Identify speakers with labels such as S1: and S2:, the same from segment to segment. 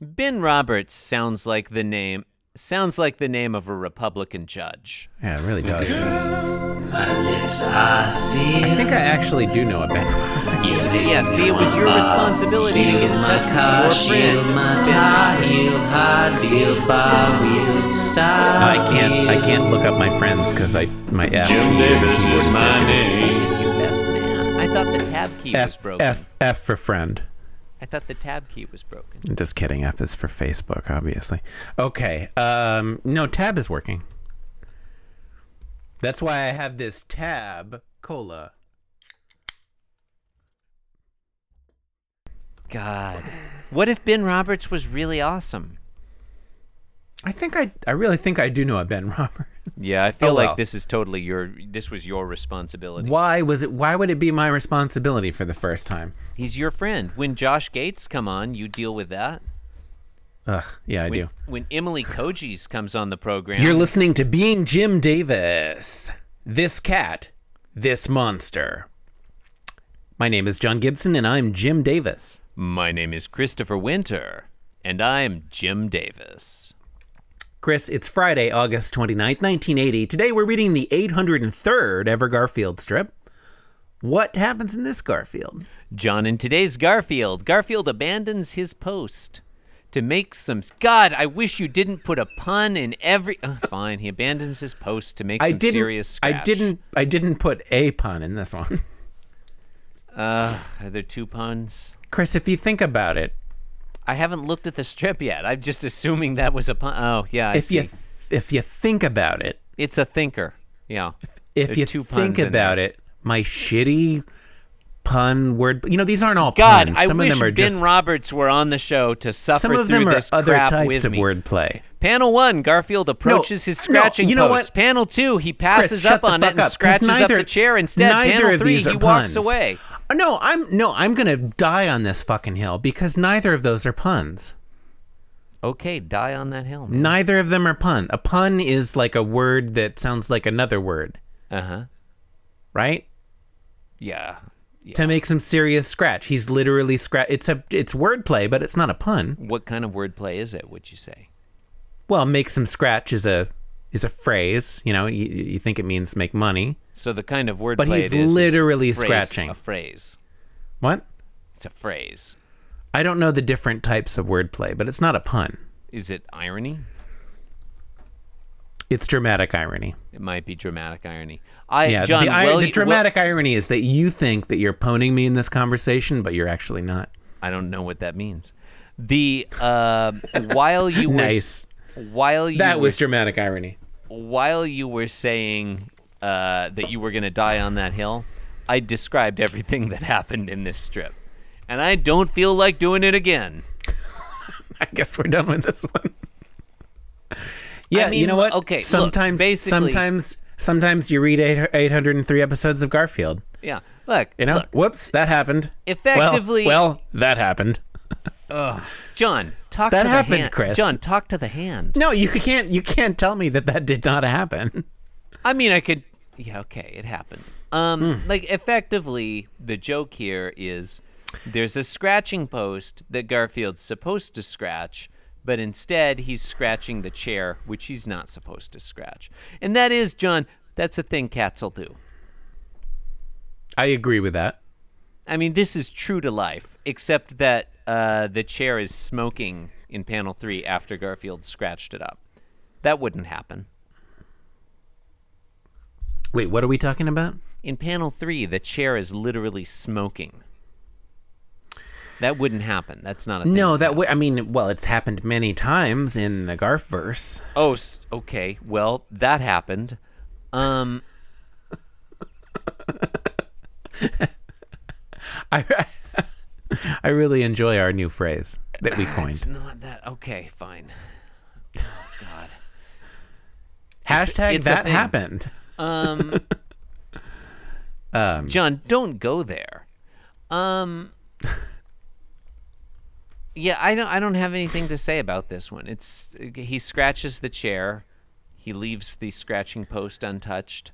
S1: Ben Roberts sounds like the name sounds like the name of a Republican judge.
S2: Yeah, it really does.
S3: I see
S2: I think I actually do know a Ben.
S1: Yeah, see, it was your responsibility to get in touch with your friend.
S2: I can't. I can't look up my friends because I my F
S3: Jim
S2: key.
S3: Davis is
S2: keyboard
S3: my name.
S1: You best man. I thought the tab key was
S2: F
S1: broken.
S2: F F for friend.
S1: I thought the tab key was broken.
S2: I'm just kidding. F is for Facebook, obviously. Okay. Um, no, tab is working. That's why I have this tab cola.
S1: God. What if Ben Roberts was really awesome?
S2: I think I. I really think I do know a Ben Robert.
S1: Yeah, I feel
S2: Oh, well.
S1: like this is totally your this was your responsibility.
S2: Why was it? Why would it be my responsibility for the first time?
S1: He's your friend. When Josh Gates come on, you deal with that.
S2: Ugh. Yeah, I
S1: When,
S2: do.
S1: when Emily Kojis comes on the program,
S2: You're listening to Being Jim Davis. This cat, this monster. My name is John Gibson, and I'm Jim Davis.
S1: my name is Christopher Winter, and I'm Jim Davis.
S2: Chris, it's Friday, August 29th, 1980. Today we're reading the 803rd ever Garfield strip. What happens in this Garfield?
S1: John in today's Garfield. Garfield abandons his post to make some. God, I wish you didn't put a pun in every. Ugh, fine, he abandons his post to make
S2: I
S1: some
S2: didn't
S1: serious. Scratch.
S2: I didn't I didn't put a pun in this one.
S1: Are there two puns?
S2: Chris, if you think about it,
S1: I haven't looked at the strip yet. I'm just assuming that was a pun. Oh yeah, I
S2: if
S1: see.
S2: you th- if you think about it,
S1: It's a thinker. Yeah.
S2: if
S1: There are
S2: you
S1: two
S2: think
S1: puns in
S2: about
S1: there.
S2: it, my shitty pun word. You know, these aren't all
S1: God,
S2: puns.
S1: I
S2: Some
S1: wish
S2: of them are
S1: Ben
S2: just.
S1: Roberts were on the show to suffer
S2: some of
S1: through
S2: them are
S1: this
S2: other
S1: crap
S2: types
S1: with
S2: of
S1: me.
S2: wordplay.
S1: Panel one, Garfield approaches his
S2: no,
S1: scratching
S2: you know
S1: post.
S2: what?
S1: Panel two, he passes
S2: Chris, shut
S1: up
S2: the
S1: on
S2: fuck
S1: it and
S2: up, 'cause
S1: scratches
S2: neither,
S1: up the chair instead.
S2: Neither
S1: Panel
S2: of
S1: three,
S2: these
S1: he
S2: are
S1: walks
S2: puns. Uh,
S1: away.
S2: No, I'm no, I'm gonna die on this fucking hill because neither of those are puns.
S1: Okay, die on that hill. Man.
S2: Neither of them are pun. A pun is like a word that sounds like another word,
S1: Uh huh.
S2: right?
S1: Yeah. Yeah.
S2: To make some serious scratch, he's literally scratch. It's a it's wordplay, but it's not a pun.
S1: What kind of wordplay is it? Would you say?
S2: Well, make some scratch is a is a phrase. You know, you, you think it means make money.
S1: So the kind of wordplay.
S2: he's
S1: it is, is
S2: literally
S1: a phrase-
S2: scratching.
S1: a phrase.
S2: What?
S1: It's a phrase.
S2: I don't know the different types of wordplay, but it's not a pun.
S1: Is it irony?
S2: It's dramatic irony.
S1: It might be dramatic irony. I
S2: Yeah,
S1: John,
S2: the, ir-
S1: well,
S2: the
S1: you-
S2: dramatic irony is that you think that you're poning me in this conversation, but you're actually not.
S1: I don't know what that means. The uh, while you were
S2: Nice.
S1: while you
S2: That
S1: were,
S2: was dramatic irony.
S1: while you were saying uh, that you were going to die on that hill, I described everything that happened in this strip, and I don't feel like doing it again.
S2: I guess we're done with this one. yeah,
S1: mean,
S2: you know what?
S1: okay, look,
S2: sometimes,
S1: basically-
S2: sometimes, sometimes you read eight, 803 episodes of Garfield.
S1: Yeah, look,
S2: You know,
S1: look,
S2: whoops, that happened. Well-
S1: Effectively-
S2: well, that happened.
S1: John, talk
S2: That
S1: to the
S2: happened,
S1: hand.
S2: Chris.
S1: John, talk to the hand.
S2: No, you can't. You can't tell me that that did not happen.
S1: I mean, I could. Yeah, okay, it happened. Um, like effectively, the joke here is there's a scratching post that Garfield's supposed to scratch, but instead he's scratching the chair, which he's not supposed to scratch. And that is, John, that's a thing cats will do.
S2: I agree with that.
S1: I mean, this is true to life, except that uh, the chair is smoking in panel three after Garfield scratched it up. That wouldn't happen.
S2: Wait, what are we talking about?
S1: In panel three, the chair is literally smoking. That wouldn't happen. That's not a thing.
S2: No, that way. I mean, well, it's happened many times in the Garfverse.
S1: Oh, s- okay. Well, that happened. Um,
S2: I, I really enjoy our new phrase that we coined.
S1: not that. Okay, fine.
S2: Hashtag
S1: it's a
S2: that
S1: thing.
S2: happened.
S1: John, don't go there. Um, yeah, I don't. I don't have anything to say about this one. It's he scratches the chair. He leaves the scratching post untouched.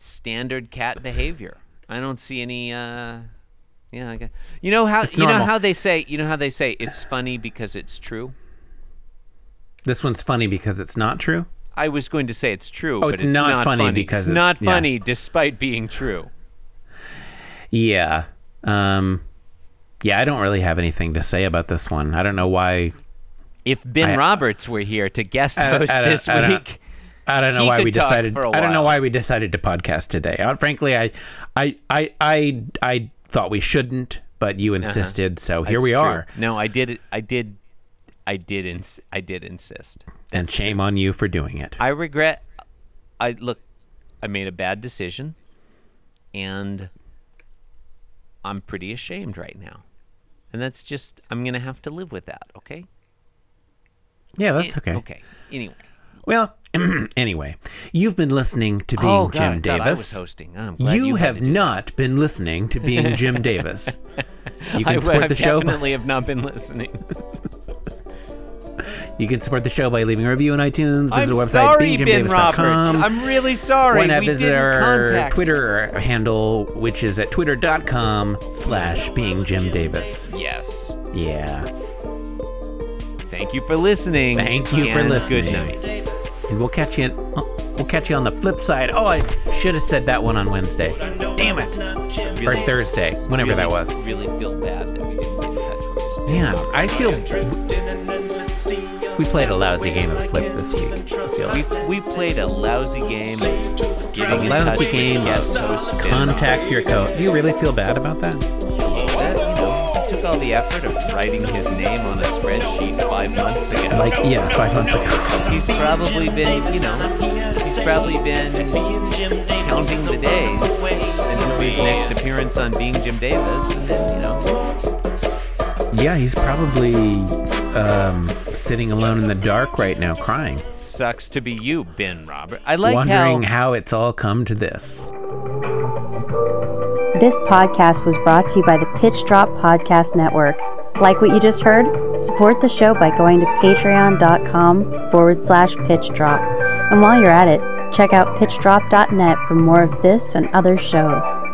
S1: Standard cat behavior. I don't see any. Uh, Yeah, I guess. You know how you know
S2: normal.
S1: how they say you know how they say it's funny because it's true.
S2: This one's funny because it's not true.
S1: I was going to say it's true, but
S2: Oh, it's not funny because
S1: it's,
S2: it's-
S1: not
S2: yeah.
S1: funny despite being true.
S2: Yeah. Um, yeah, I don't really have anything to say about this one. I don't know why.
S1: If Ben
S2: I-
S1: Roberts were here to guest
S2: I- I
S1: host
S2: don't-
S1: this
S2: I don't-
S1: week,
S2: I don't know
S1: He
S2: why
S1: could
S2: we
S1: talk
S2: decided.
S1: for a
S2: I don't know
S1: while.
S2: why we decided to podcast today. Uh, frankly, I, I, I, I, I thought we shouldn't, but you insisted, so here
S1: It's
S2: we
S1: Uh-huh. true.
S2: are.
S1: No, I did. I did. I did. Ins- I did insist.
S2: And shame on you for doing it.
S1: I regret. I look. I made a bad decision, and I'm pretty ashamed right now. And that's just. I'm gonna have to live with that. Okay.
S2: yeah, that's okay.
S1: eh, Okay. Anyway.
S2: Well, anyway, you've been listening to being
S1: oh
S2: Jim
S1: God, I thought
S2: Davis.
S1: I was hosting. I'm glad you,
S2: you have
S1: haven't.
S2: not been listening to being Jim Davis. You
S1: I,
S2: can
S1: I
S2: support the show. by-
S1: definitely have not been listening.
S2: You can support the show by leaving a review on iTunes.
S1: I'm
S2: Visit our website,
S1: sorry, Ben Roberts.
S2: beingjimdavis.com.
S1: I'm really sorry.
S2: Why not
S1: we
S2: visit
S1: didn't
S2: our
S1: contact.
S2: Twitter handle, which is at twitter.com slash being Jim Davis.
S1: Yes.
S2: Yeah.
S1: Thank you for listening.
S2: Thank you for
S1: and Good
S2: listening.
S1: night.
S2: And we'll catch you in, oh, we'll catch you on the flip side. Oh, I should have said that one on Wednesday. Damn it. Or
S1: Really-
S2: Thursday, whenever that
S1: really-
S2: was.
S1: Really feel bad that we didn't get in touch with this
S2: Man,
S1: person.
S2: I feel we played a lousy game of flip this week. I feel like.
S1: We, we played a lousy game. of Getting in
S2: A lousy
S1: touch with
S2: game of
S1: guest host Ben.
S2: Contact your coach. Do you really feel bad about that?
S1: That, you know, he took all the effort of writing his name on a spreadsheet five months ago.
S2: Like, yeah, five months ago.
S1: he's probably been, you know, he's probably been counting the days until his next appearance on Being Jim Davis, and then, you know,
S2: Yeah, he's probably um, sitting alone in the dark right now, crying,
S1: sucks to be you, Ben Robert. I like
S2: wondering
S1: how.
S2: how it's all come to this.
S3: This podcast was brought to you by the Pitch Drop Podcast Network. Like what you just heard? Support the show by going to patreon.com forward slash pitch drop. And while you're at it, check out pitchdrop.net for more of this and other shows.